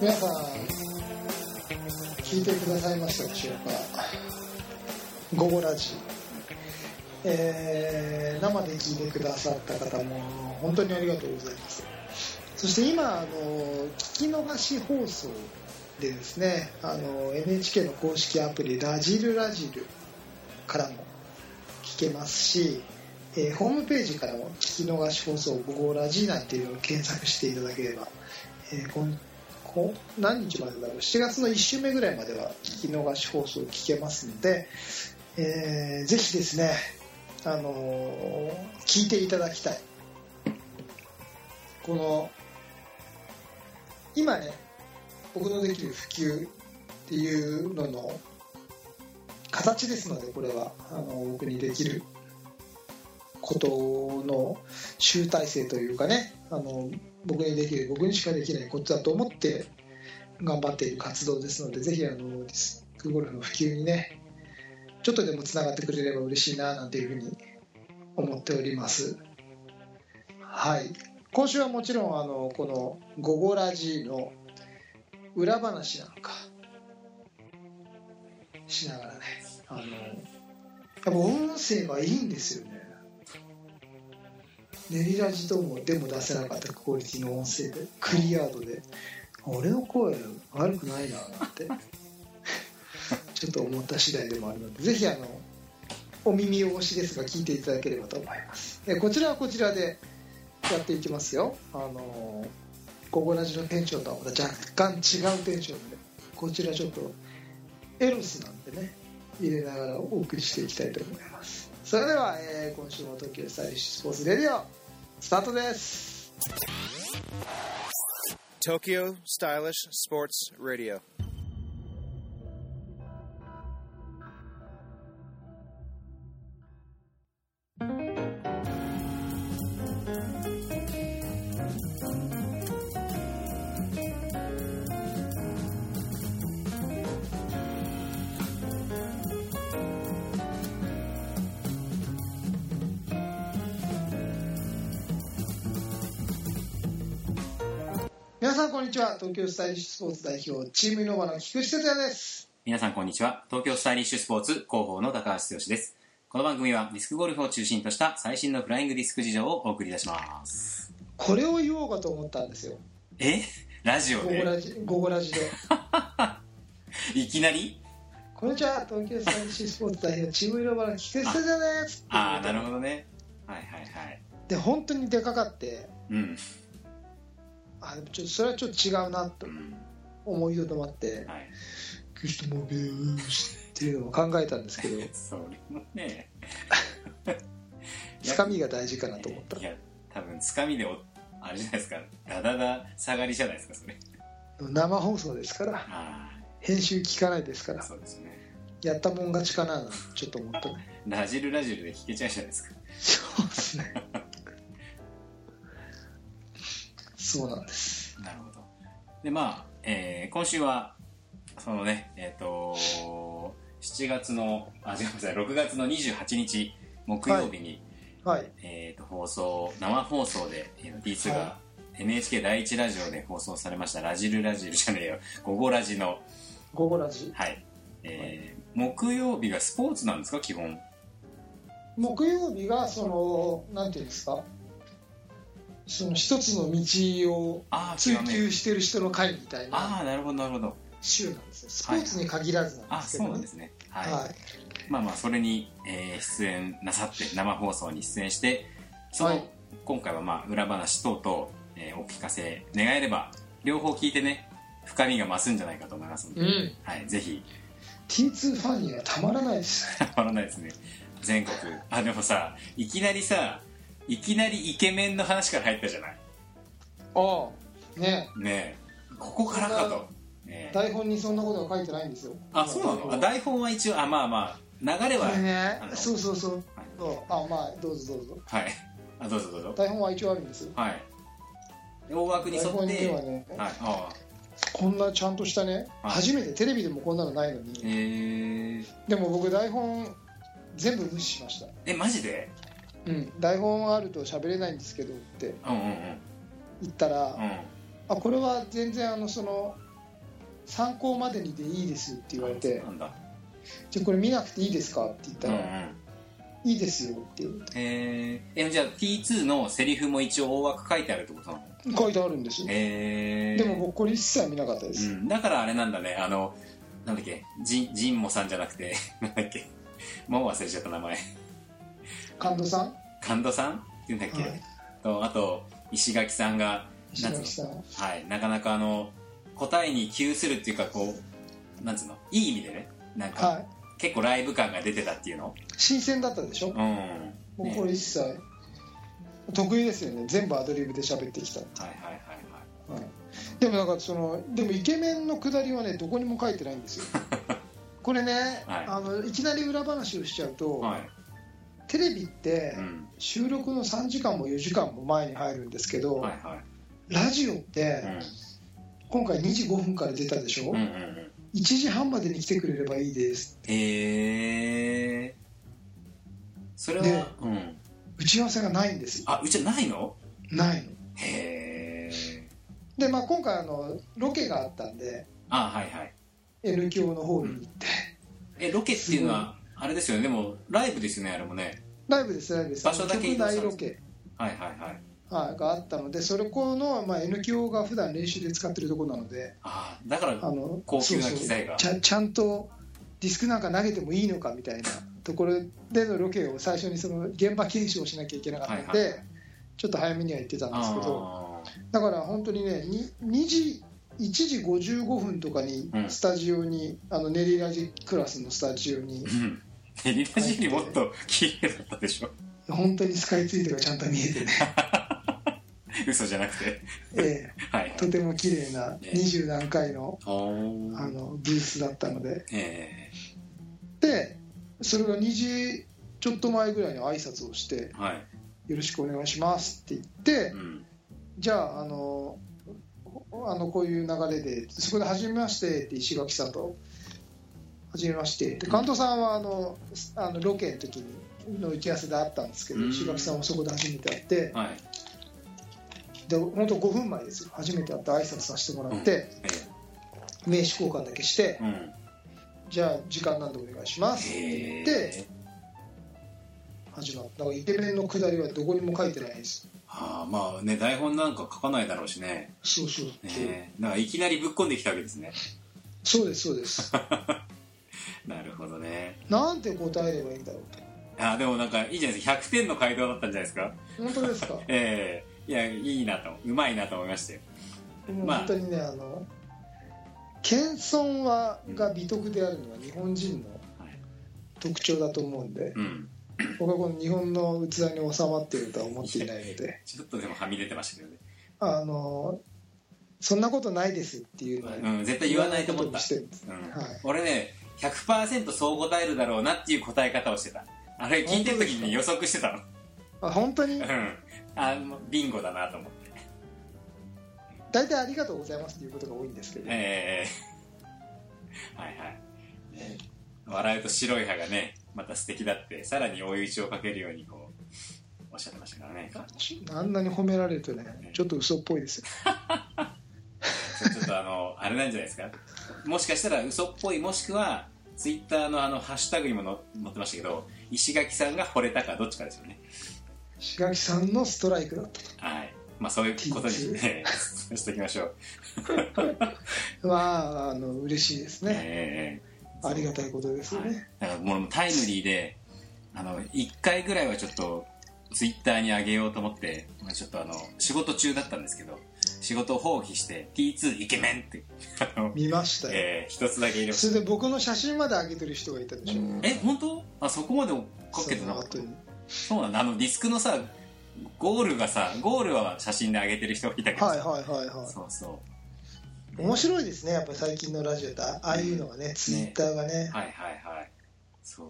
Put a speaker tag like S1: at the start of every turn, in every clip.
S1: 皆さん聞いてくださいましたでしょうか「午後ラジ」えー生で聞いてくださった方も本当にありがとうございますそして今あの聞き逃し放送でですねあの NHK の公式アプリ「ラジルラジル」からも聞けますし、えーホームページからも「聞き逃し放送午後ラジ」なんていうのを検索していただければ、えーこんこん何日までだろう7月の1週目ぐらいまでは聞き逃し放送聞けますので、えーぜひですね、あのー聞いていただきたいこの今ね僕のできる普及っていうのの形ですのでこれはあの僕にできることの集大成というかねあの僕にできる僕にしかできないことだと思って頑張っている活動ですのでぜひあのディスクゴルフの普及にねちょっとでもつながってくれれば嬉しいななんていうふうに思っておりますはい今週はもちろんあのこの「ゴゴラジ」の裏話なんかしながらねあのやっぱ音声はいいんですよね練りラジともでも出せなかったクオリティの音声でクリアードで俺の声悪くないななんてちょっと思った次第でもあるのでぜひあのお耳汚しですが聞いていただければと思いますえこちらはこちらでやっていきますよあのーここラジのテンションとはまた若干違うテンションでこちらちょっとエロスなんでね入れながらお送りしていきたいと思いますそれでは、えー今週も東京スタイリッシュスポーツレディオスタートです
S2: Tokyo Stylish Sports Radio.
S1: 皆さんこんにちは東京スタイリッシュスポーツ代表チームイノバの菊池哲也です
S3: 皆さんこんにちは東京スタイリッシュスポーツ広報の高橋剛ですこの番組はディスクゴルフを中心とした最新のフライングディスク事情をお送り出します
S1: これを言おうかと思ったんですよ
S3: えラジオ
S1: 午後
S3: で
S1: ラジ午後ラジで
S3: いきなり
S1: こんにちは東京スタイリッシュスポーツ代表チームイノバの菊池哲也です
S3: ああなるほどねはいはいはい
S1: で本当にでかかって
S3: うん、
S1: あでもちょっとそれはちょっと違うなと
S3: うん、
S1: 思いとどまって
S3: はい
S1: 「菊池ともべーっていうのを考えたんですけど
S3: そ れもね
S1: つかみが大事かなと思った
S3: いや多分つかみでおあれじゃないですかダダダ下がりじゃないですかそれ
S1: 生放送ですから
S3: あ
S1: 編集聞かないですか
S3: あ
S1: ら
S3: そうですね
S1: やったもん勝ちかななんてちょっと思ったね
S3: ラジルラジルで弾けちゃうじゃないですか
S1: そうですね。そうなんです。
S3: なるほど。で、まあ、えー今週は、そのね、えっ、と7月の、あ、違います6月の28日、木曜日に、
S1: はい。
S3: えっ、と、放送、生放送で、えー D2 が、
S1: は
S3: NHK 第一ラジオで放送されました、ラジルラジルじゃねえよ、午後ラジの、
S1: 午後ラジ。
S3: はい。えー木曜日がスポーツなんですか、基本。
S1: 木曜日が、その、なんていうんですか。その一つの道を
S3: ああ、違
S1: 追
S3: うね。
S1: 求してる人の会みたいな
S3: ああ、なるほど、なるほど。
S1: 週なんですよ。スポーツに限らずなん
S3: あ、
S1: ですけ
S3: そ
S1: ど
S3: うなん
S1: ね
S3: で。すね。
S1: はい。
S3: まあまあそれに、えー出演なさって生放送に出演してその、
S1: はい
S3: 今回はまあ裏話等々、えーお聞かせ願えれば両方聞いてね深みが増すんじゃないかと思いますので、
S1: うん。
S3: はい、ぜひ
S1: T2 ファンにはたまらないですね。
S3: たまらないですね全国あでもさいきなりさいきなりイケメンの話から入ったじゃない
S1: ああ。ね
S3: ねえここからかと、ねえ、
S1: 台本にそんなことは書いてないんですよ。
S3: あそうなのあ台本は一応あまあまあ流れは
S1: これね
S3: あ。の
S1: そうそうそう
S3: はい。
S1: そうあ、まあ、どうぞどうぞ。
S3: はいあどうぞどうぞ
S1: 台本は一応あるんですよ。
S3: はいで大枠に沿
S1: 台本
S3: っ
S1: に
S3: て
S1: はね、
S3: はい、ああ
S1: こんなちゃんとしたね、
S3: はい
S1: 初めてテレビでもこんなのないの
S3: え
S1: に
S3: ー、
S1: でも僕台本全部無視しました
S3: えマジで
S1: うん台本あると喋れないんですけどって
S3: うんうんうん
S1: 言ったら、
S3: うん
S1: あこれは全然あのその参考までにでいいですって言われて
S3: なんだ
S1: じゃあこれ見なくていいですかって言っ
S3: う
S1: た
S3: んう
S1: ら、
S3: ん
S1: いいですよっていう
S3: えー、えじゃあ T2 のセリフも一応大枠書いてあるってことなの
S1: 書いてあるんですよ
S3: えー、
S1: でも僕これ一切見なかったで
S3: う
S1: す、
S3: ん、だからあれなんだねあのなんだっけジンジンモさんじゃなくて なんだっけもう忘れちゃった名前
S1: 神田さん
S3: 神田さんっていうんだっけ、
S1: はい
S3: とあと石垣さんが
S1: 石垣さん
S3: はい、なかなかあの答えに窮するっていうかこうなんつうのいい意味でねなんか、
S1: はい
S3: 結構ライブ感が出てたっていうの
S1: 新鮮だったでしょ、
S3: うん、
S1: 僕
S3: ね
S1: これ一切得意ですよね全部アドリブで喋ってきた、
S3: はいはいはいはい
S1: はい、でもなんかそのでもイケメンのくだりはねどこにも書いてないん ですよこれね、
S3: はい
S1: あのいきなり裏話をしちゃうと、
S3: はい、
S1: テレビって、
S3: うん、
S1: 収録の3時間も4時間も前に入るんですけど、
S3: はいは
S1: ラジオっ
S3: い、う
S1: て
S3: ん、
S1: 今回2時5分から出たでしょ、
S3: うんう
S1: 1
S3: んうん
S1: 時半までに来てくれればいいです
S3: へえそれは、
S1: ね
S3: うん、
S1: 打ち合わせがないんですよ
S3: あうちはないの
S1: ないの
S3: へえ
S1: で、まあ、今回あのロケがあったんで
S3: あはいはい
S1: N 響の方に行って、
S3: えロケっていうのはあれですよねでもライブですよねあれもね
S1: ライブですライブです
S3: 場所だけ
S1: 局
S3: 移動したん
S1: 内
S3: です
S1: ロケ、
S3: はいはいはい
S1: はい、があったのでそれこの、まあ、N 響が普段練習で使ってるところなので
S3: あだから
S1: あの
S3: 高級な機材が
S1: そうそうちゃちゃんとディスクなんか投げてもいいのかみたいなところでのロケを最初にその現場検証しなきゃいけなかったので、
S3: はい
S1: ちょっと早めには行ってたんですけど
S3: あー
S1: だから本当にねに 2, 時1時55分とかに
S3: うん
S1: スタジオに、あの練りラジクラスのスタジオに
S3: うん練り出しにもっと綺麗だったでしょ
S1: 本当にスカイツリーがちゃんと見えてね、
S3: 嘘じゃなくて
S1: え
S3: はい
S1: えとても綺麗な
S3: ええ
S1: 20何回の
S3: お
S1: あのブースだったので
S3: え
S1: でそれが2時ちょっと前ぐらいに挨拶をして
S3: えはい、
S1: 「よろしくお願いします」って言って
S3: うん、
S1: じゃああのあのこういう流れでそこで「初めまして」って石垣さんと「初めまして」って関東さんはあのすあのロケの時にの打ち合わせで会ったんですけど、
S3: うん
S1: 石垣さんはそこで初めて会って
S3: はい、
S1: で本当5分前ですよ初めて会って挨拶させてもらって、
S3: え
S1: 名刺交換だけして
S3: えうん、
S1: 「じゃあ時間なんでお願いします」って言って。
S3: ええ
S1: 始まっただからイケメンのくだりはどこにも書いてないです
S3: ああまあね台本なんか書かないだろうしね、
S1: そうそう、
S3: ええなんかいきなりぶっこんできたわけですね
S1: そうですそうです
S3: なるほどね
S1: なんて答えればいいんだろう
S3: あーでもなんかいいじゃないですか100点の回答だったんじゃないですか
S1: と本当ですか
S3: ええいやいいなとうまいなと思いましたよ
S1: もう
S3: まあ
S1: 本当にねあの謙遜はが美徳であるのは日本人の
S3: はい
S1: 特徴だと思うんで
S3: うん
S1: 僕はこの日本の器に収まっているとは思っていないので
S3: ちょっとでもはみ出てましたけどね、
S1: あのそんなことないですっていうのは
S3: うん、絶対言わないと思っ
S1: 言わこ
S3: た
S1: にしてるんです
S3: うん
S1: はい
S3: 俺ね100%そう答えるだろうなっていう答え方をしてたあれ聞いてる時に予測してたの
S1: あ本当に
S3: うんあもうビンゴだなと思って
S1: 大体ありがとうございますっていうことが多いんですけど
S3: ええ はいはい、ね笑うと白い歯がねまた素敵だってさらに追い打ちをかけるようにこうおっしゃってましたからね
S1: あんなに褒められるとねちょっと嘘っぽいですよ
S3: そうちょっとあのあれなんじゃないですかもしかしたら嘘っぽいもしくはツイッターのあのハッシュタグにもの載ってましたけど石垣さんが惚れたかどっちかですよね
S1: 志垣さんのストライクだった
S3: はいまあそういうことに ねしておきましょう
S1: まあ、あの嬉しいですね、
S3: ええ
S1: ありがたいことですよ
S3: はい
S1: ね、
S3: だからもうタイムリーであの1回ぐらいはちょっとツイッターに上げようと思ってまあちょっとあの仕事中だったんですけど仕事を放棄して T2 イケメンってあの、
S1: 見ましたよ、
S3: えー一つだけ入れまし
S1: それで僕の写真まで上げてる人がいたでしょ、
S3: たえ本当あそこまで追っかけて
S1: そ
S3: な
S1: の
S3: かっ
S1: 後
S3: た
S1: に
S3: そうなんだあのディスクのさゴールがさゴールは写真で上げてる人がいたけどさ
S1: はいはいはいは
S3: そうそ
S1: い面白いですねやっぱり最近のラジオってあああいうのがねツイッターがね
S3: うはいはいはいそう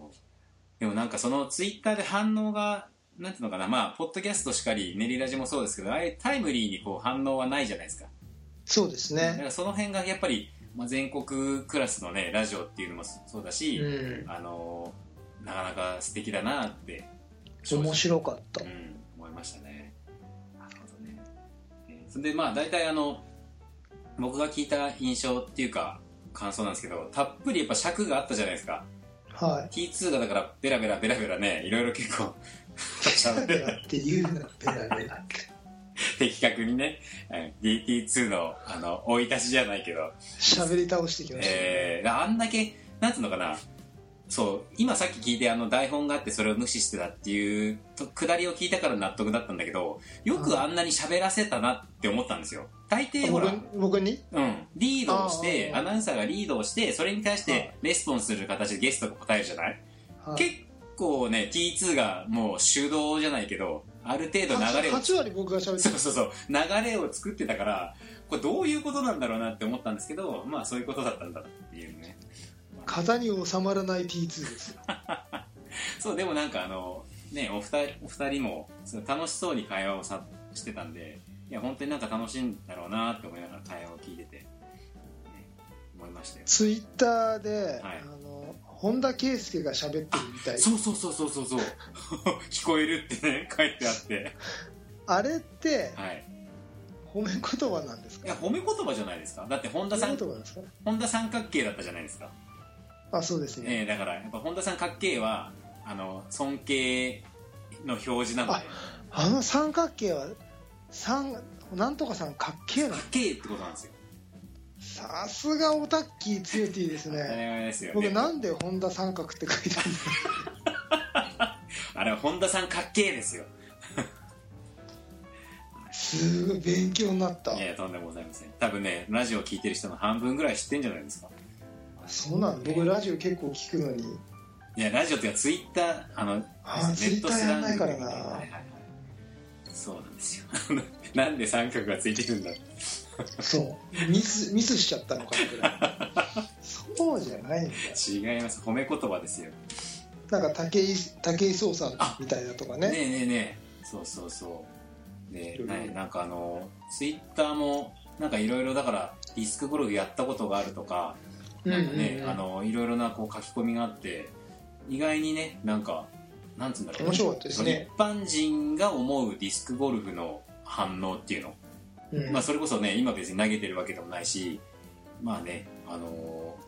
S3: でもなんかそのツイッターで反応がなんていうのかなまあポッドキャストしかり練りラジもそうですけどああいうタイムリーにこう反応はないじゃないですか
S1: そうです
S3: だか
S1: ね。
S3: らその辺がやっぱり、まあ、全国クラスのねラジオっていうのもそうだし、
S1: うん。
S3: あのーなかなか素敵だなって
S1: 面白かった
S3: う。ん、思いましたね。なるほどね。えーそれでまあ大体あの、僕が聞いた印象っていうか、感想なんですけど、たっぷりやっぱ尺があったじゃないですか。
S1: はい。
S3: T2 がだからベラベラベラベラね、いろいろ 結構喋って
S1: ペラって言うな、ペラペラって。
S3: 的確にね、えー DT2 のあの、追い出しじゃないけど、
S1: 喋り倒してきましたね。
S3: えーあんだけ、なんつうのかな、そう、今さっき聞いてあの台本があってそれを無視してたっていうと、くだりを聞いたから納得だったんだけど、よくあんなに喋らせたなって思ったんですよ。大抵ほ
S1: 僕
S3: ら、
S1: に僕に
S3: うん、リードをして、
S1: あー
S3: アナウンサーがリードをして、それに対し
S1: はい
S3: てレスポンスする形でゲストが答えるじゃない、
S1: はい
S3: 結構ね、T2 がもう主導じゃないけど、ある程度流れを
S1: 8割僕が喋って
S3: そうそうそう流れを作ってたからこれどういうことなんだろうなって思ったんですけどまあそういうことだったんだっていうね
S1: 型に収まらない T2 ですよ。
S3: そうでもなんかあのねお二人お二人もそう楽しそうに会話をさしてたんでいや本当になんか楽しいんだろうなって思いながら会話を聞いてて、ね、思いましたよ
S1: ツイッターで、
S3: はい
S1: あの本田圭佑が喋ってるみたい
S3: そうそうそうそうそうそう 聞こえるってね書いてあって
S1: あれって
S3: はい
S1: 褒め言葉なんです
S3: い
S1: か
S3: や褒め言葉じゃないですかだって本田
S1: 褒
S3: さ
S1: め
S3: ん
S1: 言葉なんですか
S3: 本田三角形だったじゃないですか
S1: あそうですね、
S3: えー、だからやっぱ本田さんかっけえはあの尊敬の表示なのでか
S1: ああの三角形は三なんとかさんかっけえな
S3: っけえってことなんですよ
S1: さすがオタッキー強いティーです
S3: 当たり
S1: ね
S3: 前ですよね
S1: 僕なんで本田三角って書いてあるんだ
S3: あれは本田さんかっけえですよ
S1: すごい勉強になった
S3: いやとんでもございません多分ねラジオ聞いてる人の半分ぐらい知ってんじゃないですか
S1: そうなん僕ラジオ結構聞くのに
S3: いやラジオっていうかツイッターあの
S1: あツイッターやらないからな
S3: はいはいはいそうなんですよなんで三角がついてるんだ
S1: そうミスミスしちゃったのかなぐ らいそうじゃないんだよ
S3: 違います褒め言葉ですよ
S1: なんか武井武井壮さんみたいだとか
S3: ね
S1: ね
S3: えねえねえそうそうそうで、
S1: いろいろ
S3: ねなんかあのツイッターもなんかいろいろだからディスクブログやったことがあるとかなんかね、あのいろいろなこう書き込みがあって意外にねなんかなんつうんだろう
S1: 面白かったですね
S3: 一般人が思うディスクゴルフの反応っていうの、
S1: うん
S3: まあ、それこそね今別に投げてるわけでもないしまあねあのー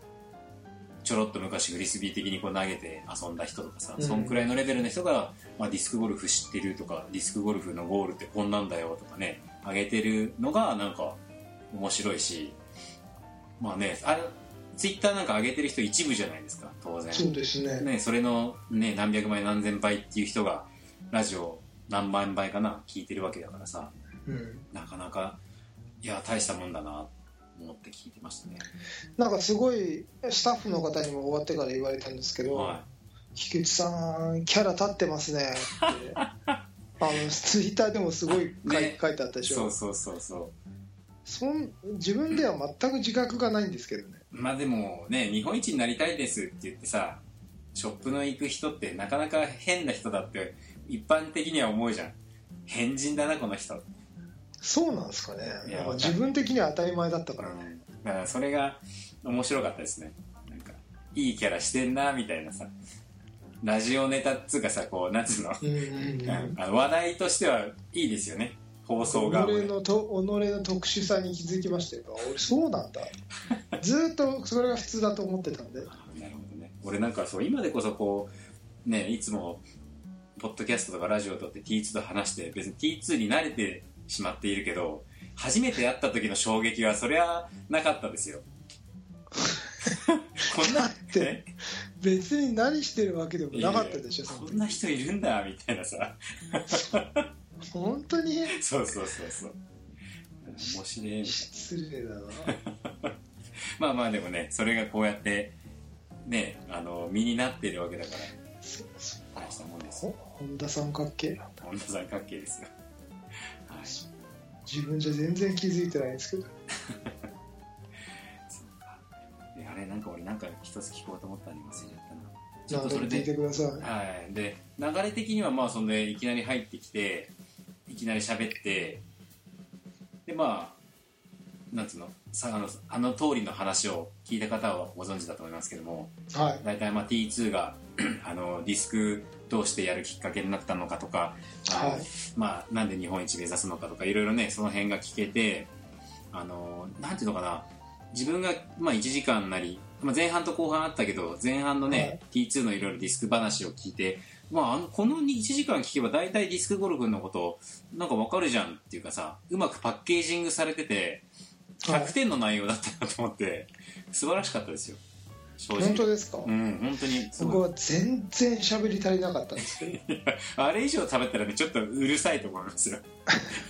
S3: ちょろっと昔フリスビー的にこう投げて遊んだ人とかさ、
S1: うん
S3: そんくらいのレベルの人が、まあ、ディスクゴルフ知ってるとかディスクゴルフのゴールってこんなんだよとかね上げてるのがなんか面白いしまあねあれツイッターなんか上げてる人一部じゃないですか当然
S1: そうですね
S3: ね、それの、ね、何百倍何千倍っていう人がラジオ何万倍かな聞いてるわけだからさ
S1: うん、
S3: なかなかいや大したもんだなと思って聞いてましたね、
S1: なんかすごいスタッフの方にも終わってから言われたんですけど、
S3: は
S1: 菊池さんキャラ立ってます ねってあのツイッターでもすごい書い,、
S3: ね
S1: 書いてあった
S3: い、
S1: でし
S3: そ
S1: ょ
S3: うそうそうそう
S1: そん自分では全く自覚がないんですけどね
S3: まあでもね日本一になりたいですって言ってさショップの行く人ってなかなか変な人だって一般的には思うじゃん変人だなこの人
S1: そうなんですかね
S3: い
S1: な
S3: や
S1: んか自分的には当たり前だったからね
S3: だからそれが面白かったですねなんかいいキャラしてんなみたいなさラジオネタっつうかさこうなんつうの
S1: うんうんうん
S3: あの話題としてはいいですよね放
S1: 己
S3: 送が
S1: のと己の特殊さに気づきましたよ俺そうなん だずーっとそれが普通だと思ってたんで
S3: なるほどね俺なんかそう今でこそこうねいつもポッドキャストとかラジオとって T2 と話して別に T2 に慣れてしまっているけど初めて会った時の衝撃はそりゃなかった ですよこんな
S1: って別に何してるわけでもなかったでしょ、その
S3: こ
S1: 時
S3: んな人いるんだみたいなさ
S1: 本当に
S3: そうそうそうそう面白いみたい
S1: 失礼だな
S3: なまあまあでもねそれがこうやってねあの身になってるわけだか
S1: そそ
S3: ら大したもんですよ
S1: ほ本田三角形
S3: 本田さん関係ですよはい
S1: 自分じゃ全然気づいてないんですけど
S3: そうかであれなんか俺なんか一つ聞こうと思ったのに忘れちゃったなちょ
S1: な
S3: っ
S1: の
S3: と
S1: で
S3: それ
S1: 聞いて
S3: で
S1: ください
S3: はいで流れ的にはまあそんでいきなり入ってきていきなり喋ってでまあなんつうのさあのあの通りの話を聞いた方はご存知だと思いますけども
S1: はい
S3: 大体まあ T2 が あのディスクどうしてやるきっかけになったのかとか、あの
S1: はい
S3: まあ、なんで日本一目指すのかとかいろいろねその辺が聞けてあのなんていうのかな自分が、まあ、1時間なり、まあ、前半と後半あったけど前半のね、T2 のいろいろディスク話を聞いて、まあ、あのこの1時間聞けば大体ディスクゴルフのことなんかわかるじゃんっていうかさうまくパッケージングされてて
S1: はい
S3: 100点の内容だったなと思って素晴らしかったですよ正直
S1: 本当ですか、
S3: うん、本当にす
S1: 僕
S3: ごい。
S1: は全然喋り足りなかったんですけ ど
S3: あれ以上食べたらね、ちょっとうるさいと思いますよ。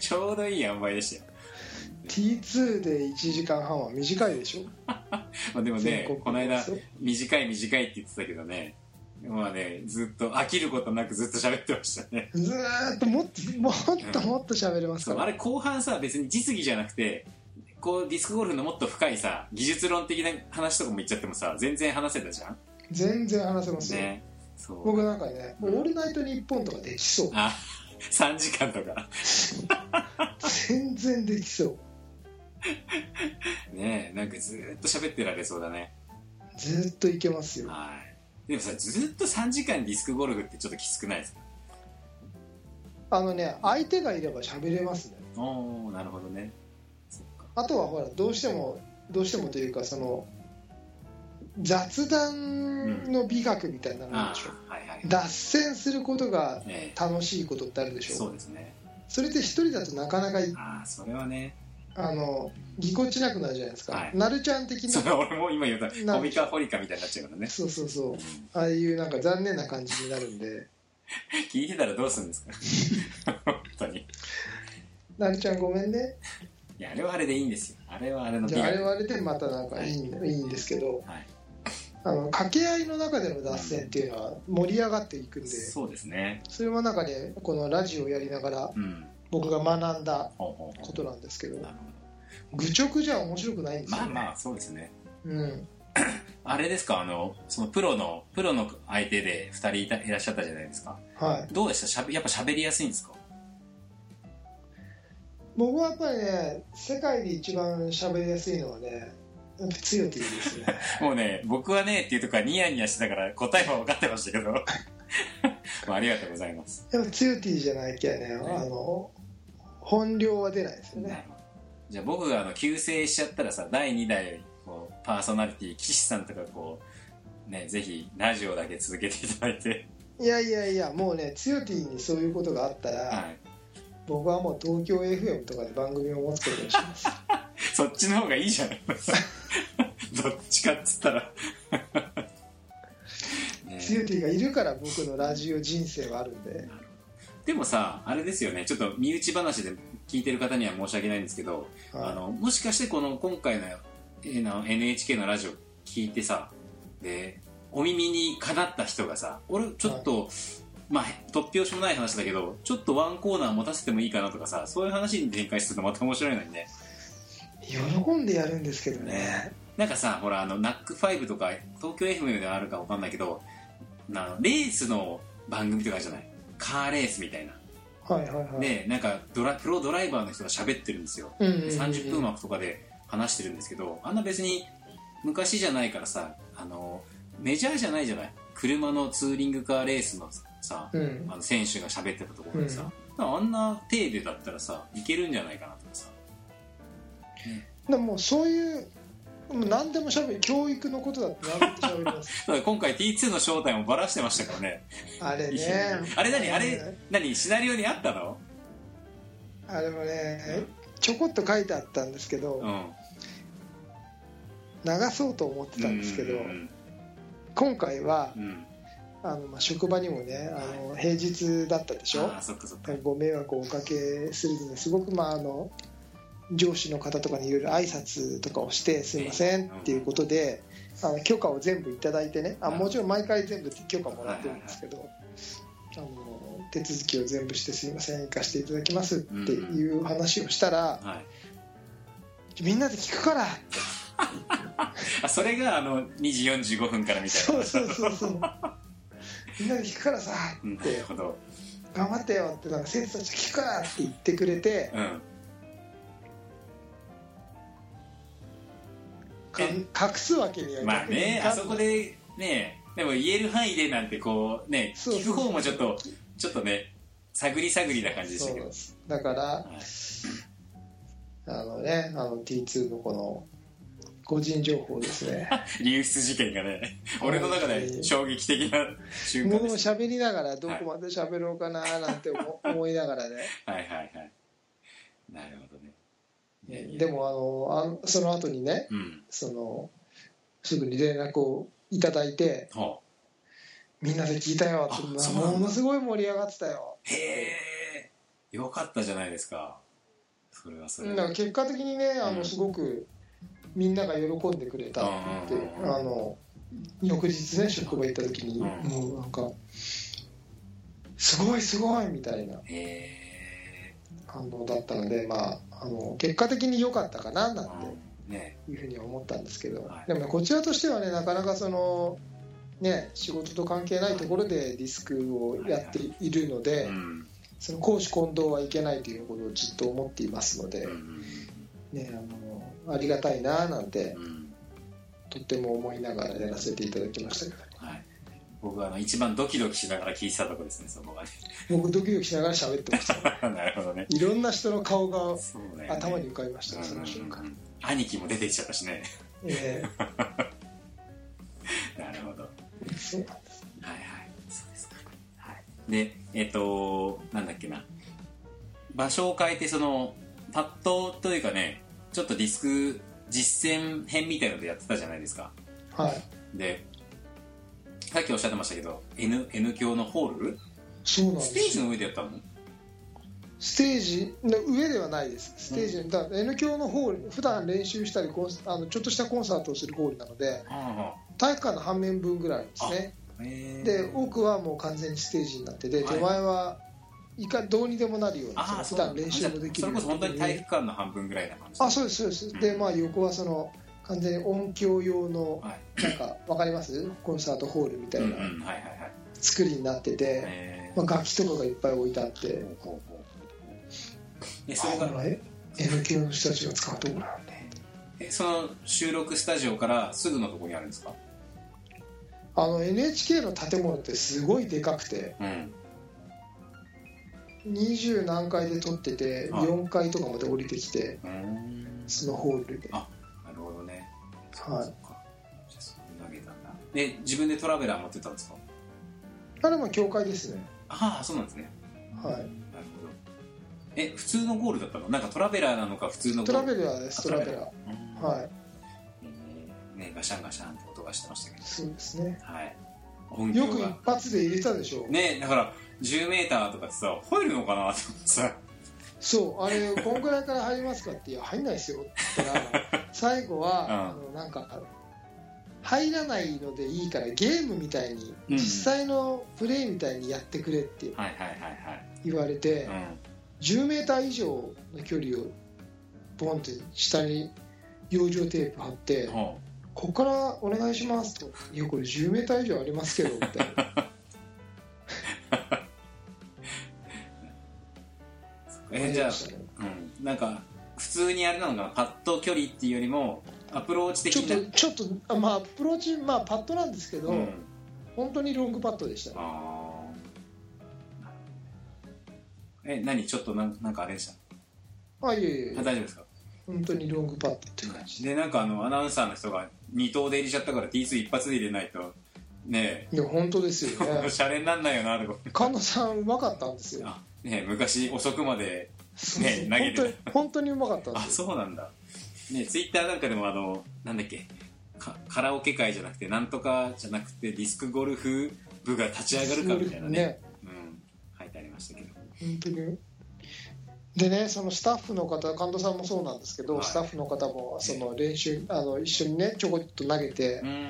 S3: ちょうどいい塩梅でしたよ。
S1: T2 で1時間半は短いでしょ
S3: まあ、でもね
S1: 全国、
S3: この間
S1: そう、
S3: 短い短いって言ってたけどね、まあね、ずっと飽きることなくずっと喋ってました ね。
S1: ずーっともっと もっともっと喋れます
S3: そ
S1: か
S3: う
S1: ら
S3: あれ後半さ、別に実技じゃなくて、こうディスクゴルフのもっと深いさ、技術論的な話とかも言っちゃってもさ、全然話せたじゃん。
S1: 全然話せますよ、
S3: ね。そう。
S1: 僕なんかね「オールナイトニッポン」とかできそう
S3: あ、3時間とか。
S1: 全然できそう
S3: ねなんかずっと喋ってられそうだね。
S1: ずーっといけますよ
S3: はい。でもさ、ずっと3時間ディスクゴルフってちょっときつくないですか
S1: あのね相手がいれば喋れますね
S3: おー、なるほどね。そっか。
S1: あとはほらどうしてもどうしてもというかその雑談の美学みたいなのある
S3: あ
S1: でしょ、
S3: ー、はいはい。
S1: 脱線することが
S3: ええ
S1: 楽しいことってあるでしょ
S3: そうですね。
S1: それって一人だとなかなかい
S3: ああ、それはね。
S1: あのぎこちなくなるじゃないですか、
S3: はい
S1: なるちゃん的
S3: そ
S1: な
S3: れは俺も今言った
S1: な
S3: コミカホリカみたいになっちゃうからね。
S1: そうそうそううんああいうなんか残念な感じになるんで
S3: 聞いてたらどうするんですか本当に。い
S1: なるちゃんごめんね
S3: や、あれはあれでいいんですよ。あれはあれの
S1: じゃああれはあれでまたなんかいい,、い、いんですけど
S3: はい。
S1: あの掛け合いの中での脱線っていうのは盛り上がっていくんで
S3: そうですね。
S1: それはなんかねこのラジオをやりながら
S3: うん。
S1: 僕が学んだ
S3: ほうほうほ
S1: ことなんですけ
S3: う。
S1: ど
S3: なるほ
S1: 愚直じゃ面白くないんで
S3: ど。
S1: すよ、
S3: まあまあ、そうですね。
S1: うん
S3: あれですか、あの、そのプロの、プロの相手で2人いたいらっしゃったじゃないですか。
S1: はい
S3: どうでしたしゃべやっぱ喋りやすいんですか
S1: 僕はやっぱりね世界で一番喋りやすいのはねやっぱ強いっていいです ね
S3: もうね、僕はねっていうとこはニヤニヤしてたから答えは分かってましたけど。 まあ、ありがとうございます。
S1: やっぱ強いっていいじゃないきゃねあの本領は出ないですよ
S3: なる
S1: ね
S3: ほどじゃあ僕があの、旧姓しちゃったらさ、第2代、こう、パーソナリティ、岸さんとかこう、ね、ぜひ、ラジオだけ続けていただいて、
S1: いやいやいやもうね強いっていいにそういうことがあったら、
S3: はい。
S1: 僕はもう東京 FM とかで番組を持つことにします
S3: そっちの方がいいじゃない どっちかっつった ら、ね
S1: 強いっていいがいるから僕のラジオ人生はあるんで
S3: でもさ、あれですよね、ちょっと身内話で聞いてる方には申し訳ないんですけど、
S1: はい
S3: あのもしかしてこの今回のえーな NHK のラジオ聞いてさでお耳にかなった人がさ俺ちょっと、まあ突拍子もない話だけどちょっとワンコーナー持たせてもいいかなとかさそういう話に展開するとまた面白いのにね
S1: 喜んでやるんですけどね
S3: なんかさほらあの NAC5 とか東京 FM ではあるかわかんないけどなレースの番組とかあるじゃないカーレースみたいな
S1: はいはいはい、
S3: でなんかドラプロドライバーの人が喋ってるんですよ
S1: うんうんうんうん
S3: 30分枠とかで話してるんですけどあんな別に昔じゃないからさあのメジャーじゃないじゃない車のツーリングカーレースのさ、
S1: うん
S3: あの選手が喋ってたところでさ、あんな程度だったらさいけるんじゃないかなとかさ
S1: でももうそういうもう何でもしゃべる教育のことだって何でもしゃべります
S3: ただ今回 T2 の正体もバラしてましたからね
S1: あれ
S3: 一緒
S1: ね
S3: にあれ何あれ何シナリオにあったの
S1: あれもねちょこっと書いてあったんですけど、
S3: うん
S1: 流そうと思ってたんですけど、
S3: うん
S1: 今回は
S3: うん
S1: あの、まあ、職場にもねあの平日だったでしょ
S3: ああそっかそっか
S1: ご迷惑をおかけするのですごくまああの上司の方とかにいろいろ挨拶とかをして「すいません」っていうことで、あの許可を全部いただいてねあもちろん毎回全部許可もらってるんですけど、あの手続きを全部して「すいません行かせていただきます」っていう話をしたら
S3: は
S1: 「
S3: い
S1: みんなで聞くから!」
S3: あそれがあの2時45分からみたいな
S1: そうそうそうそうみんなで聞くからさ
S3: うん
S1: っ
S3: なる
S1: て
S3: ほど
S1: 「頑張ってよ」ってなんか生徒たちが聞くからって言ってくれて
S3: うん
S1: かん隠すわけにはい
S3: まあ
S1: かない
S3: ね、あそこでね、でも言える範囲でなんてこうね、
S1: そう
S3: 聞く方もちょっと、ちょっとね、探り探りな感じでし
S1: そ
S3: た
S1: う
S3: けど。
S1: ですだから
S3: はい
S1: あのねあの T2 のこの個人情報です ね
S3: 流出事件がね、俺の中で衝撃的な瞬
S1: も
S3: 間
S1: う
S3: でした。
S1: 喋りながらどこまで喋ろうかななんて思思いながらね
S3: はいはいはい。なるほどね。いやい
S1: で、
S3: や
S1: もあのあのその後にね
S3: うん。
S1: そのすぐに連絡をいただいて
S3: ほ
S1: みんなで聞いたよっ
S3: あ
S1: て
S3: そうなんだ
S1: ものすごい盛り上がってたよ
S3: う。へえ、よかったじゃないですか。それはそれ
S1: だ
S3: で。
S1: から結果的にねあ
S3: う
S1: の
S3: ん
S1: すごくみんなが喜んでくれたって
S3: うんうんうん
S1: あの翌日ね職場行った時に
S3: うん
S1: もうなんか「すごいすごい!」みたいな
S3: へえ、
S1: 反応だったのでまああの結果的に良かったかなな
S3: うんんね
S1: ていうふうには思ったんですけど
S3: はい
S1: でもねこちらとしてはねなかなかそのね仕事と関係ないところでディスクをやっているので
S3: うん。
S1: その公私混同はいけないということをずっと思っていますので
S3: う。ん。
S1: ね、あのありがたいななんて
S3: うん。
S1: とっても思いながらやらせていただきましたけど
S3: はい。僕はあの一番ドキドキしながら聞いてたとこですね、そこがね。
S1: 僕ドキドキしながら喋ってました
S3: なるほどね。
S1: いろんな人の顔が
S3: そうだよね
S1: 頭に浮かびましたねその瞬間、
S3: うん兄貴も出てきちゃった しね。
S1: え
S3: なるほど。はい
S1: えそう
S3: はい。そうですか。はい。で、えっ、と、なんだっけな。場所を変えて、その、パッドというかね、ちょっとディスク実践編みたいのでやってたじゃないですか。
S1: はい
S3: で、さっきおっしゃってましたけど、N、N 教のホール
S1: そうなんで
S3: ステー
S1: す
S3: ジの上でやったの
S1: ステージの上ではないですステージの、だから N 響のホール普段練習したりコンスあのちょっとしたコンサートをするホールなので
S3: あ
S1: 体育館の半面分ぐらいですね
S3: あ。へー
S1: で奥はもう完全にステージになってて
S3: はい
S1: 手前はいかどうにでもなるように
S3: ああ、
S1: 普
S3: そう
S1: 段練習もできる
S3: そ
S1: よう
S3: れこ
S1: に
S3: そ本当に体育館の半分ぐらいな感じ。
S1: あそうですそうですでまあ横はその完全に音響用の
S3: はい。
S1: なんかわかりますコンサートホールみた
S3: う
S1: い
S3: んうん、
S1: な
S3: はいはいはい。
S1: 作りになってて、
S3: え
S1: まあ、楽器とかがいっぱい置いてあって
S3: ー、ほうほうほうでそれから
S1: え N 級の人たちが使うところなんで
S3: えその収録スタジオからすぐのとこにあるんですか
S1: あの NHK の建物ってすごいでかくて
S3: うん
S1: 20何階で撮ってて
S3: はい
S1: 4階とかまで降りてきて
S3: うん
S1: そのホールで
S3: あなるほどね
S1: はい
S3: そっかじゃあそこに投げたんだで自分でトラベラー持ってたんですか
S1: あれも教会ですね
S3: ああそうなんですね
S1: はい
S3: なるほどえ普通のゴールだったのなんかトラベラーなのか普通のゴ
S1: トラ
S3: ール
S1: ベラーですトラベラー
S3: い、
S1: はい
S3: うんねガシャンガシャンって音がしてましたけど
S1: そうですね
S3: はい音
S1: よ
S3: 響
S1: く
S3: が
S1: 一発で入れたでしょ
S3: ねだから1 0ーターとかってさ吠えるのかなと思ってさ
S1: そう、あれ、こんぐらいから入りますかって、いや、入んないですよって言ったら、最後 は、あのなんか、入らないのでいいから、ゲームみたいに、
S3: うん
S1: 実際のプレイみたいにやってくれって
S3: はいはいはい
S1: 言われて、
S3: はい、うん
S1: 10メーター以上の距離を、ボンって下に養生テープ貼って、
S3: ほ
S1: ここからお願いしますと、いや、これ10メーター以上ありますけど、みたいな。
S3: うえじ
S1: 思い
S3: ゃあ
S1: ま、したね
S3: うん、なんか普通にあれなのかなパッと距離っていうよりもアプローチ的
S1: ちょっ
S3: な
S1: と、ちょっと、あまあ、アプローチ、まあ、パッドなんですけど、
S3: うん、
S1: 本当にロングパッドでしたね。
S3: あーえ何ちょっとなんなんかあれでした
S1: あ、いえいえいえ
S3: あ大丈夫ですか
S1: 本当にロングパッドっていう感じで。
S3: でなんかあのアナウンサーの人が二投で入れちゃったから T2 一発で入れないとね
S1: いや、本当ですよ
S3: え
S1: ね。
S3: シャレになんないよなとか
S1: 神野さん、うまかったんですよ。
S3: あねえ昔遅くまでね投げ
S1: 本
S3: て
S1: 当
S3: た
S1: に、本当にうまかったんで
S3: あ
S1: すよ。
S3: そうなんだねツイッターなんかでもあのなんだっけかカラオケ会じゃなくてなんとかじゃなくてディスクゴルフ部が立ち上がるかみたいなね
S1: ね
S3: うん、書いてありましたけど
S1: 本当に。でね、そのスタッフの方、神田さんもそうなんですけど、
S3: はい
S1: スタッフの方もその練習あの、一緒にね、ちょこっと投げて、
S3: ん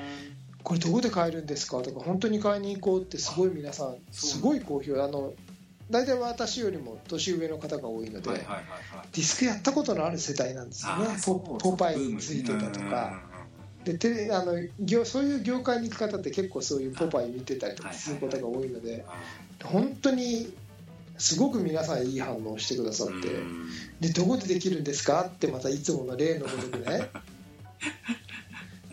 S1: これ、どこで買えるんですかとか、本当に買いに行こうって、すごい皆さん、すごい好評、あの大体私よりも年上の方が多いので、
S3: はいはいはいはい
S1: ディスクやったことのある世代なんですよね
S3: ー、そう
S1: ポポパイについてたとか。でテレあの業そういう業界に行く方って結構そういう「ポパイ」見てたりとか
S3: はい
S1: することが多いので
S3: うんあ
S1: 本当にすごく皆さんいい反応してくださっ
S3: ー
S1: て
S3: うん
S1: でどこでできるんですかってまたいつもの例のごとくね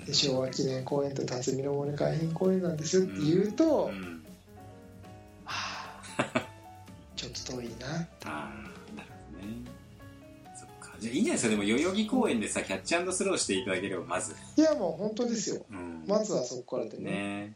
S1: 西尾和記念公園と辰巳の森海浜公園なんですって言うと、
S3: うん
S1: はあちょっと遠いな
S3: ああなるほどねそっかじゃあいいんじゃないですかでも代々木公園でさキャッチアンドスローしていただければまず、
S1: いやもう本当ですよ
S3: うん
S1: まずはそこからでね
S3: ね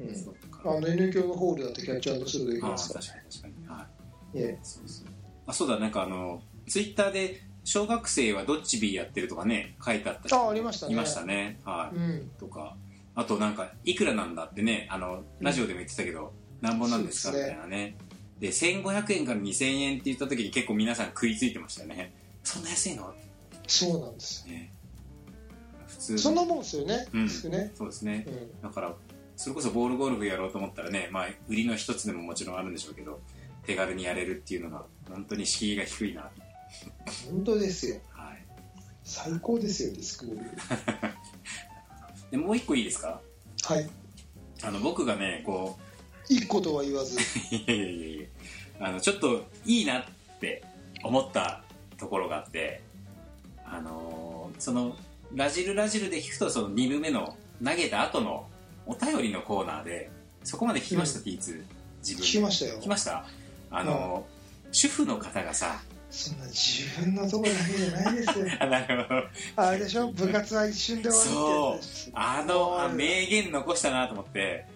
S1: う
S3: え、
S1: ん
S3: そっか
S1: あの N 教ホールだってキャッチアンドするでき
S3: ああ
S1: ます
S3: 確
S1: か
S3: かに確かにはい
S1: らえ
S3: そうそうあそうだなんかあのツイッターで小学生はどっち B やってるとかね書いてあった人
S1: あありましたね
S3: いましたねは
S1: え
S3: い、
S1: うん
S3: とかあとなんかいくらなんだってねあのラジオでも言ってたけど、何本なんですか
S1: そう
S3: み
S1: です
S3: た
S1: ね
S3: いなねで1500円から2000円って言った時に結構皆さん食いついてましたよねそんな安いの
S1: そうなんです
S3: ね普通の
S1: よそんなもんですよね
S3: うん
S1: ですよね
S3: そうですね
S1: うん
S3: だからそれこそボールゴルフやろうと思ったらね、まあ、売りの一つでももちろんあるんでしょうけど手軽にやれるっていうのが本当に敷居が低いな
S1: 本当ですよ
S3: はい
S1: 最高ですよディスクール
S3: でもう一個いいですか
S1: はい
S3: あの僕がねこ
S1: いいことは言わず
S3: ういやいやいやいやあのちょっといいなって思ったところがあってあのーそのラジルラジルで聞くとその2部目の投げた後のお便りのコーナーでそこまで聞きました、T2 自分
S1: 聞
S3: で
S1: きましたよ
S3: 聞きましたあの、主婦の方がさ
S1: そんな自分のとこだけじゃないですよ
S3: あなるほど
S1: あれでしょ部活は一瞬で終わるってやつです
S3: あのあ名言残したなと思って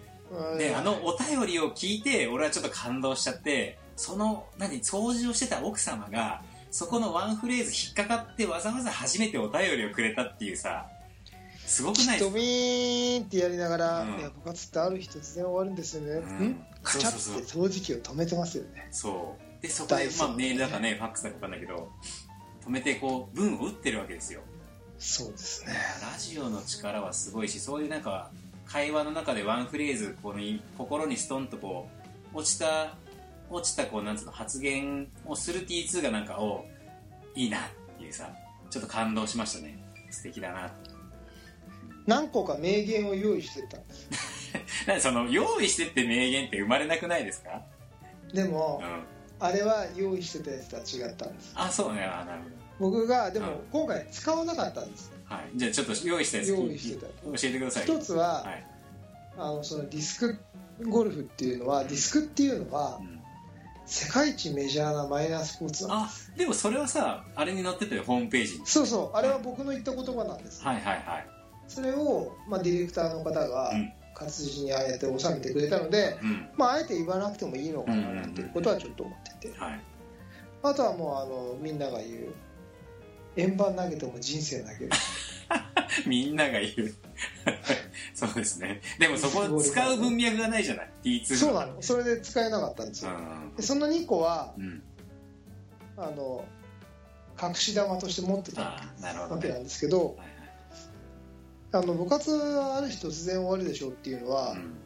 S1: うん
S3: であのお便りを聞いて俺はちょっと感動しちゃってその何掃除をしてた奥様がそこのワンフレーズ引っかかってわざわざ初めてお便りをくれたっていうさすごくない
S1: きっ
S3: で
S1: と
S3: す
S1: ビーンってやりながら、
S3: うん
S1: いや部活ってある日突然終わるんですよね、
S3: うん
S1: んカチャ
S3: そうそう
S1: って掃除機を止めてますよね
S3: そうでそこで、まあ、メールだかねファックスだかわかんないけど止めてこう文を打ってるわけですよ
S1: そうですね
S3: ラジオの力はすごいしそういうなんか会話の中でワンフレーズこの心にストンとこう落ちた落ちたこうなんつうの発言をする T2 がなんかをいいなっていうさちょっと感動しましたね素敵だな
S1: 何個か名言を用意してたんです
S3: なんでその用意してって名言って生まれなくないですか
S1: で
S3: う
S1: も、
S3: ん
S1: あれは用意してたやつとは違ったんです
S3: あそうねあなるほ
S1: 僕がで
S3: う
S1: も
S3: ん
S1: 今回使わなかったんです
S3: どはいじゃあちょっと用意したやつ
S1: 用
S3: 聞
S1: 意し
S3: い
S1: てた
S3: 教えてください
S1: 一つは、
S3: はい、
S1: あのそのディスクゴルフっていうのはディスクっていうのは
S3: うん
S1: 世界一メジャーなマイナースポーツなん
S3: あでもそれはさあれに載ってたよホームページに
S1: そうそうあれは僕の言った言葉なんです、
S3: はいはいはい
S1: それを、まあ、ディレクターの方が
S3: うん
S1: 活字にああやって収めてくれたので、
S3: うん
S1: まあ、あえて言わなくてもいいのかななんていうことはちょっと思ってて
S3: はい
S1: あとはもうあのみんなが言う円盤投げても人生投げ る
S3: みんなが言う そうですねでもそこ使う文脈がないじゃない T2
S1: そうなのそれで使えなかったんですよでその2個は
S3: うん、うん、
S1: あの隠し玉として持ってた
S3: ああなるほど
S1: わけ
S3: ね、
S1: な
S3: はい
S1: んですけど
S3: はい
S1: あの部活はある日突然終わるでしょうっていうのは、
S3: うん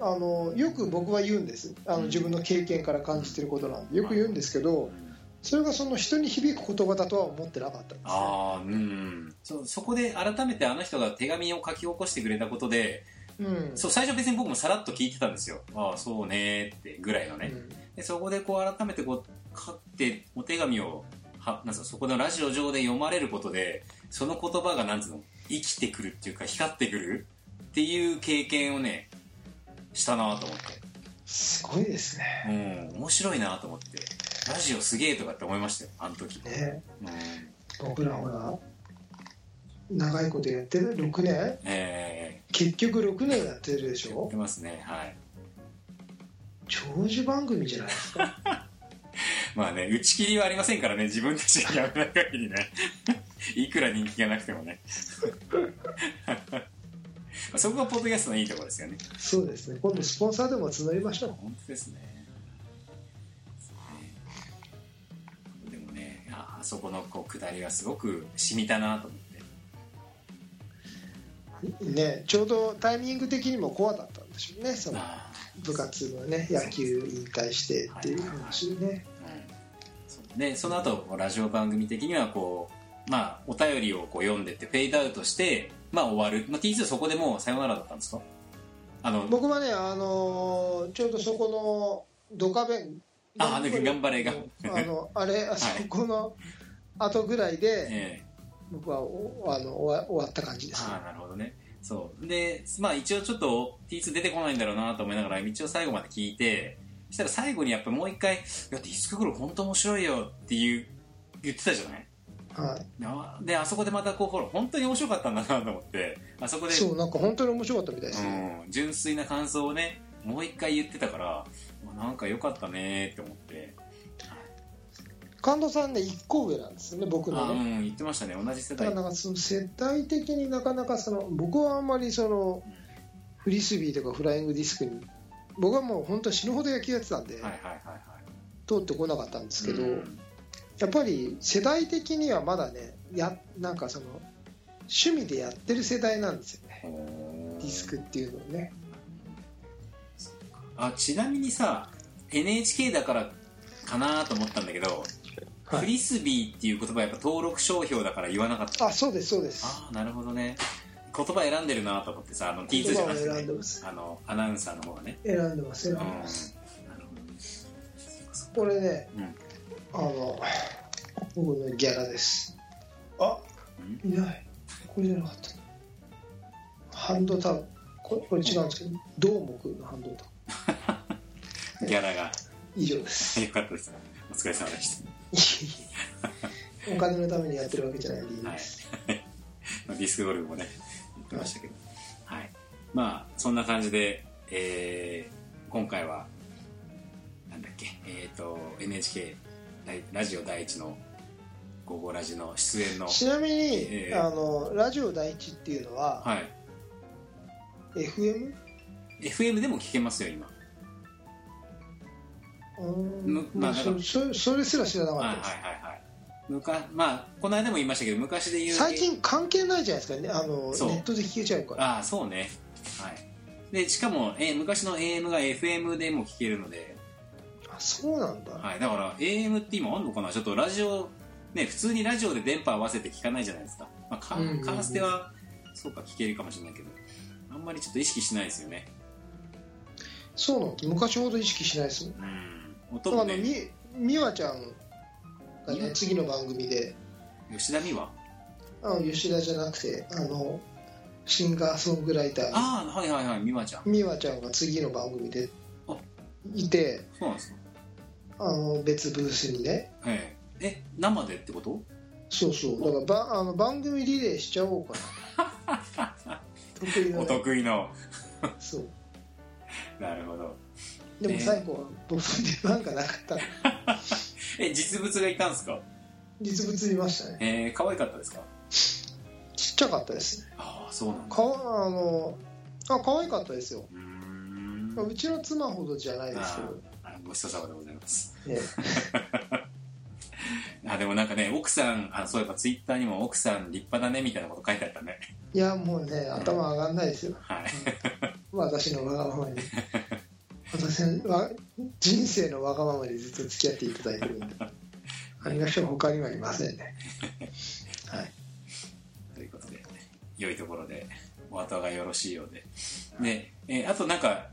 S1: あのよく僕は言うんですあ
S3: うん
S1: の自分の経験から感じてることなんでよく言うんですけど、
S3: うん
S1: それがその人に響く言葉だとは思ってなかったんですね、
S3: ああうんそうそこで改めてあの人が手紙を書き起こしてくれたことで
S1: うん
S3: そう最初別に僕もさらっと聞いてたんですよああそうねーってぐらいのね、
S1: うん
S3: でそこでこう改めてこう書ってお手紙をはなんつうのそこのラジオ上で読まれることでその言葉がなんつうの生きてくるっていうか光ってくるっていう経験をねしたなと思って
S1: すごいですね
S3: うん面白いなと思ってラジオすげえとかって思いましたよあの時、
S1: ね
S3: うん、
S1: 僕らほら長いことやってる6年
S3: え
S1: 結局6年やってるでし
S3: ー、やっ
S1: ょ
S3: てますねはい
S1: 長寿番組じゃないですか
S3: まあね打ち切りはありませんからね自分たちでやらない限りね いくら人気がなくてもね そこがポッドキャストのいいところですよね
S1: そうですね今度スポンサーでも募りましょう
S3: 本当ですねそうねでもねああそこのこう下りがすごく染みたなと思って
S1: ねちょうどタイミング的にもコアだったんでしょうねその
S3: あ
S1: 部活のね野球引退してっていう話でね
S3: あ、うんそう、でその後こうラジオ番組的にはこうまあお便りをこう読んでってフェイドアウトしてまあ終わる、まあ、T2 そこでもうさよならだったんですかあの
S1: 僕はねあのーちょうどそこのドカベン
S3: ああの頑張れが
S1: あのあれあそこの後ぐらいで、
S3: え
S1: 僕はおあの終わ終わった感じですね
S3: ああなるほどねそうでまあ一応ちょっと T2 出てこないんだろうなと思いながら一応最後まで聞いてそしたら最後にやっぱもう一回「いやディスクグルー本当面白いよ」っていう言ってたじゃない
S1: はい
S3: なであそこでまたこうほら本当に面白かったんだなと思ってあそこで
S1: そうなんか本当に面白かったみたいですね、
S3: うん、純粋な感想をねもう一回言ってたからまあなんか良かったねって思って
S1: 神田さんね1個上なんですよね僕
S3: あ、
S1: の
S3: う
S1: ね
S3: ん、言ってましたね同じ世
S1: だか
S3: 代
S1: らなんかその世代的になかなかその僕はあんまりそのフリスビーとかフライングディスクに僕はもう本当死ぬほど野球やってたんで、
S3: はいはいはいはい
S1: 通ってこなかったんですけど、
S3: うん
S1: やっぱり世代的にはまだねやなんかその趣味でやってる世代なんですよね
S3: ほー
S1: ディスクっていうのをね
S3: あちなみにさ NHK だからかなと思ったんだけど、
S1: はい
S3: フリスビーっていう言葉はやっぱ登録商標だから言わなかった
S1: あそうですそうです
S3: ああなるほどね言葉選んでるなと思ってさあの T2 じ
S1: 言葉
S3: ゃな
S1: を
S3: くて、
S1: 選ん
S3: ね
S1: で、ます
S3: あのアナウンサーの方がね
S1: 選んでます選
S3: う
S1: ん
S3: んな
S1: で
S3: る
S1: ます、
S3: ほどねそうかそうか
S1: これね
S3: うん
S1: あの僕のギャラですあいないこれじゃなかったハンドタブここれ違うんですけどどーもくんのハンドタブ
S3: ギャラが
S1: 以上です
S3: 良かったですお疲れ様でした
S1: お金のためにやってるわけじゃないんでいい
S3: はい
S1: です、
S3: まあディスクゴルフもね言ってましたけど、はい、まあそんな感じで、えー今回はなんだっけえっ、と NHK ライラジオ第一の「午後ラジ」の出演の
S1: ちなみに、
S3: ええ
S1: あのラジオ第一っていうのは、
S3: はい
S1: FM?
S3: FM でも聞けますよ今
S1: うー
S3: む
S1: んまあ、
S3: まあなん
S1: そ
S3: か
S1: そそれすら知らな
S3: は
S1: か
S3: いは
S1: った
S3: い
S1: です、
S3: はいはい昔まあこの間も言いましたけど昔で言う
S1: 最近関係ないじゃないですかねあのネ
S3: そう
S1: ットで聞けちゃうから
S3: ああそうねはいでしかも、えー昔の AM が FM でも聞けるので
S1: あそうなんだ、
S3: はい、だから AM って今あんのかなちょっとラジオね普通にラジオで電波合わせて聞かないじゃないですか、まあ、カ
S1: うんうんうん
S3: カーステはそうか聞けるかもしれないけどあんまりちょっと意識しないですよね
S1: そうなんだ昔ほど意識しないですもん
S3: うん
S1: だ
S3: 音
S1: から
S3: も
S1: あの
S3: ね
S1: み美和ちゃんがね次の番組で
S3: 吉田美和
S1: あの吉田じゃなくてあのシンガーソングライター
S3: ああはいはいはい美和ちゃん
S1: 美和ちゃんが次の番組で
S3: あ
S1: いて
S3: そうなんですか
S1: あの別ブースにね
S3: えええ生でってこと
S1: そうそうだからばあの番組リレーしちゃおうか な得意な
S3: お
S1: ね
S3: 得意の
S1: そう
S3: なるほど
S1: でも
S3: ね
S1: 最後は僕出番がなかった
S3: え実物がいたんですか
S1: 実物見ましたね
S3: えー、可愛かったですか
S1: ちっちゃかったですね
S3: ああそうなんだ
S1: かわあのあ可愛かったですよ
S3: うーん
S1: うちの妻ほどじゃないですけ
S3: あごちそうさまでございます
S1: ど、ね、
S3: あでもなんかね奥さんあそういえばツイッターにも奥さん立派だねみたいなこと書いてあったね
S1: いやもうね頭上がんないですよ
S3: はい
S1: 私のわがま まに私のわ人生のわがままでずっと付き合っていただいてるんでありがとう他にはいません ねはい
S3: ということで良いところでお後がよろしいようでで、えーあとなんか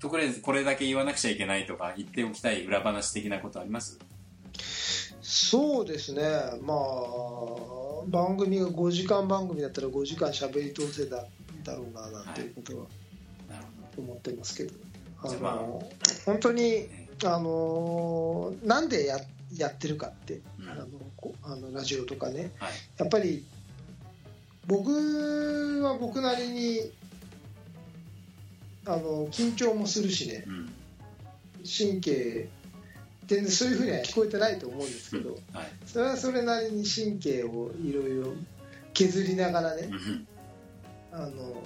S3: とこれこれだけ言わなくちゃいけないとか言っておきたい裏話的なことあります
S1: そうですねまあ番組が5時間番組だったら5時間しゃべり通せただろうななんていうことは
S3: なるほ
S1: 思ってますけど、あ
S3: じゃあ
S1: の
S3: まあ
S1: 本当に
S3: ど、ね
S1: あのーなんでややってるかって、
S3: うん
S1: あのこあのラジオとかね
S3: はい
S1: やっぱり僕は僕なりにあの緊張もするしね
S3: うん
S1: 神経全然そういうふうには聞こえてないと思うんですけど
S3: はい
S1: それはそれなりに神経をいろいろ削りながらね
S3: うんうん
S1: あの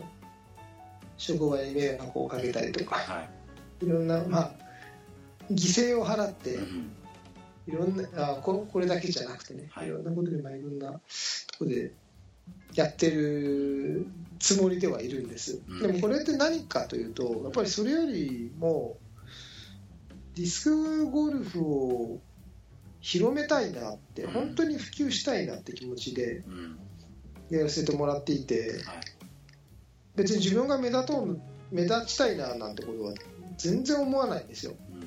S1: 職場に迷惑をかけたりとか
S3: はい
S1: いろんな、まあ、犠牲を払って
S3: うんうん
S1: いろんなあここれだけじゃなくてね、
S3: はい
S1: い、ろんなことで、まあ、いろんなとこでやってるつもりではいるんです、
S3: うん
S1: でもこれって何かというとやっぱりそれよりもディスクゴルフを広めたいなって、
S3: うん
S1: 本当に普及したいなって気持ちで
S3: うん
S1: やらせてもらっていて、
S3: はい
S1: 別に自分が目立とう目立ちたいななんてことは全然思わないんですよ、
S3: うん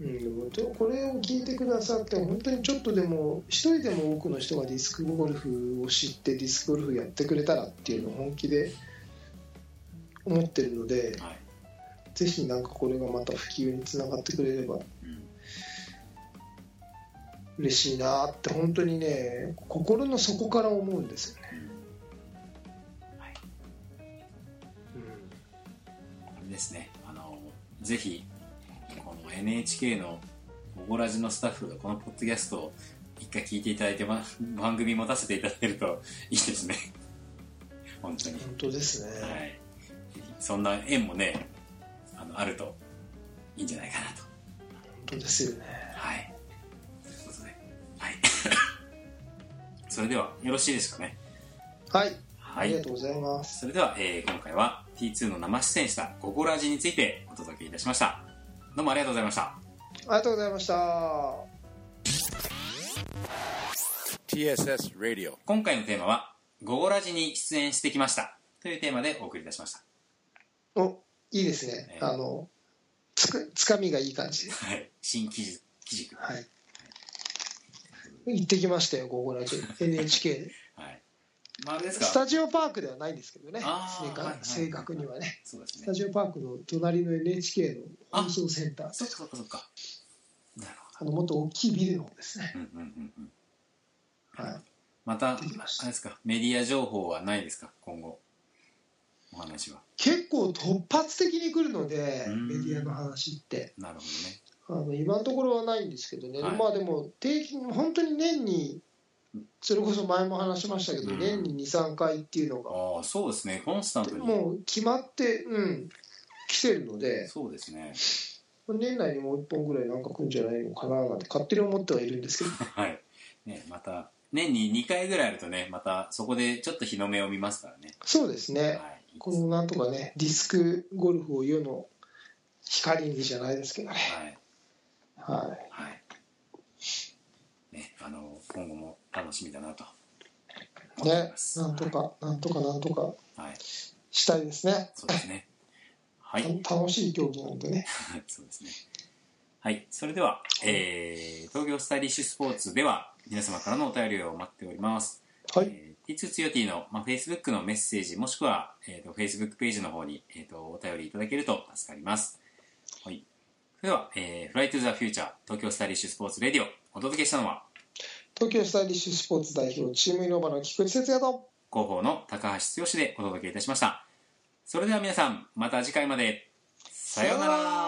S1: ううん、でもこれを聞いてくださって本当にちょっとでも一人でも多くの人がディスクゴルフを知ってディスクゴルフやってくれたらっていうのを本気で思ってるので
S3: はい
S1: ぜひなんかこれがまた普及につながってくれれば
S3: うん
S1: 嬉しいなって本当にね心の底から思うんですよね、
S3: はい
S1: うん
S3: あれですねあのぜひこの NHK の「オゴラジ」のスタッフがこのポッドキャストを一回聞いていただいて、ま、番組持たせていただけるといいですね 本当に
S1: 本当ですね、
S3: はい、そんな縁もねあのあるといいんじゃないかなと
S1: 本当ですよね
S3: はいということではい それではよろしいですかね
S1: はい、
S3: は
S1: あり
S3: い
S1: がとうございます
S3: それでは、えー今回は T2 の生出演した「ゴゴラジ」についてお届けいたしましたどうもありがとうございました
S1: ありがとうございました
S2: TSS Radio.
S3: 今回のテーマは「ゴゴラジ」に出演してきましたというテーマでお送りいたしました
S1: おいいですね
S3: え、え
S1: あのつかつかみがいい感じで
S3: はい新記事記事
S1: はい行ってきましたよ、ここら中 NHK で
S3: はいまああれですか
S1: スタジオパークではないんですけどね、
S3: あー
S1: 正確
S3: はいはい
S1: 正確にはね、
S3: そうです
S1: ス
S3: ね
S1: タジオパークの隣の NHK の放送センター、
S3: そっかそっかそっかなるほ
S1: あ
S3: ど
S1: のもっと大きいビルの方ですね、
S3: うんうんうんうん
S1: はい、
S3: また、あ
S1: で
S3: れ
S1: きました
S3: ですか、メディア情報はないですか、今後、お話は。
S1: 結構突発的に来るので、
S3: うん
S1: メディアの話って、
S3: なるほどね。
S1: あの今のところはないんですけどね、
S3: はい
S1: まあでも定期本当に年にそれこそ前も話しましたけど、
S3: うん
S1: 年に23回っていうのが
S3: ああ、そうですね、コンスタントに。
S1: もう決まってうん来てるので
S3: そうですね。
S1: 年内にもう1本ぐらいなんか来るんじゃないのかななんて勝手に思ってはいるんですけど
S3: はい。ね、また、年に2回ぐらいあるとね、またそこでちょっと日の目を見ますからね。
S1: そうですね
S3: はい。
S1: このなんとかねディスクゴルフを世の光にじゃないですけどね
S3: は
S1: は
S3: い。はい。ね、あの、今後も楽しみだなと。
S1: いねなんとかなんとかなんとか
S3: はい。
S1: したいですね
S3: そうですね。はい。
S1: た楽しい競技なんでね
S3: そうですね。はい。それでは、えー、東京スタイリッシュスポーツでは、皆様からのお便りを待っております。
S1: はい
S3: えー、T2 つよ T の、まあ、Facebook のメッセージ、もしくは、えー、と Facebook ページの方に、えー、とお便りいただけると助かります。はい。それでは、えー、Fly to the Future 東京スタイリッシュスポーツレディオ、お届けしたのは、
S1: 東京スタイリッシュスポーツ代表チームイノバの菊池哲也と
S3: 広報の高橋剛でお届けいたしました。それでは皆さん、また次回まで。さような
S1: さような
S3: ら。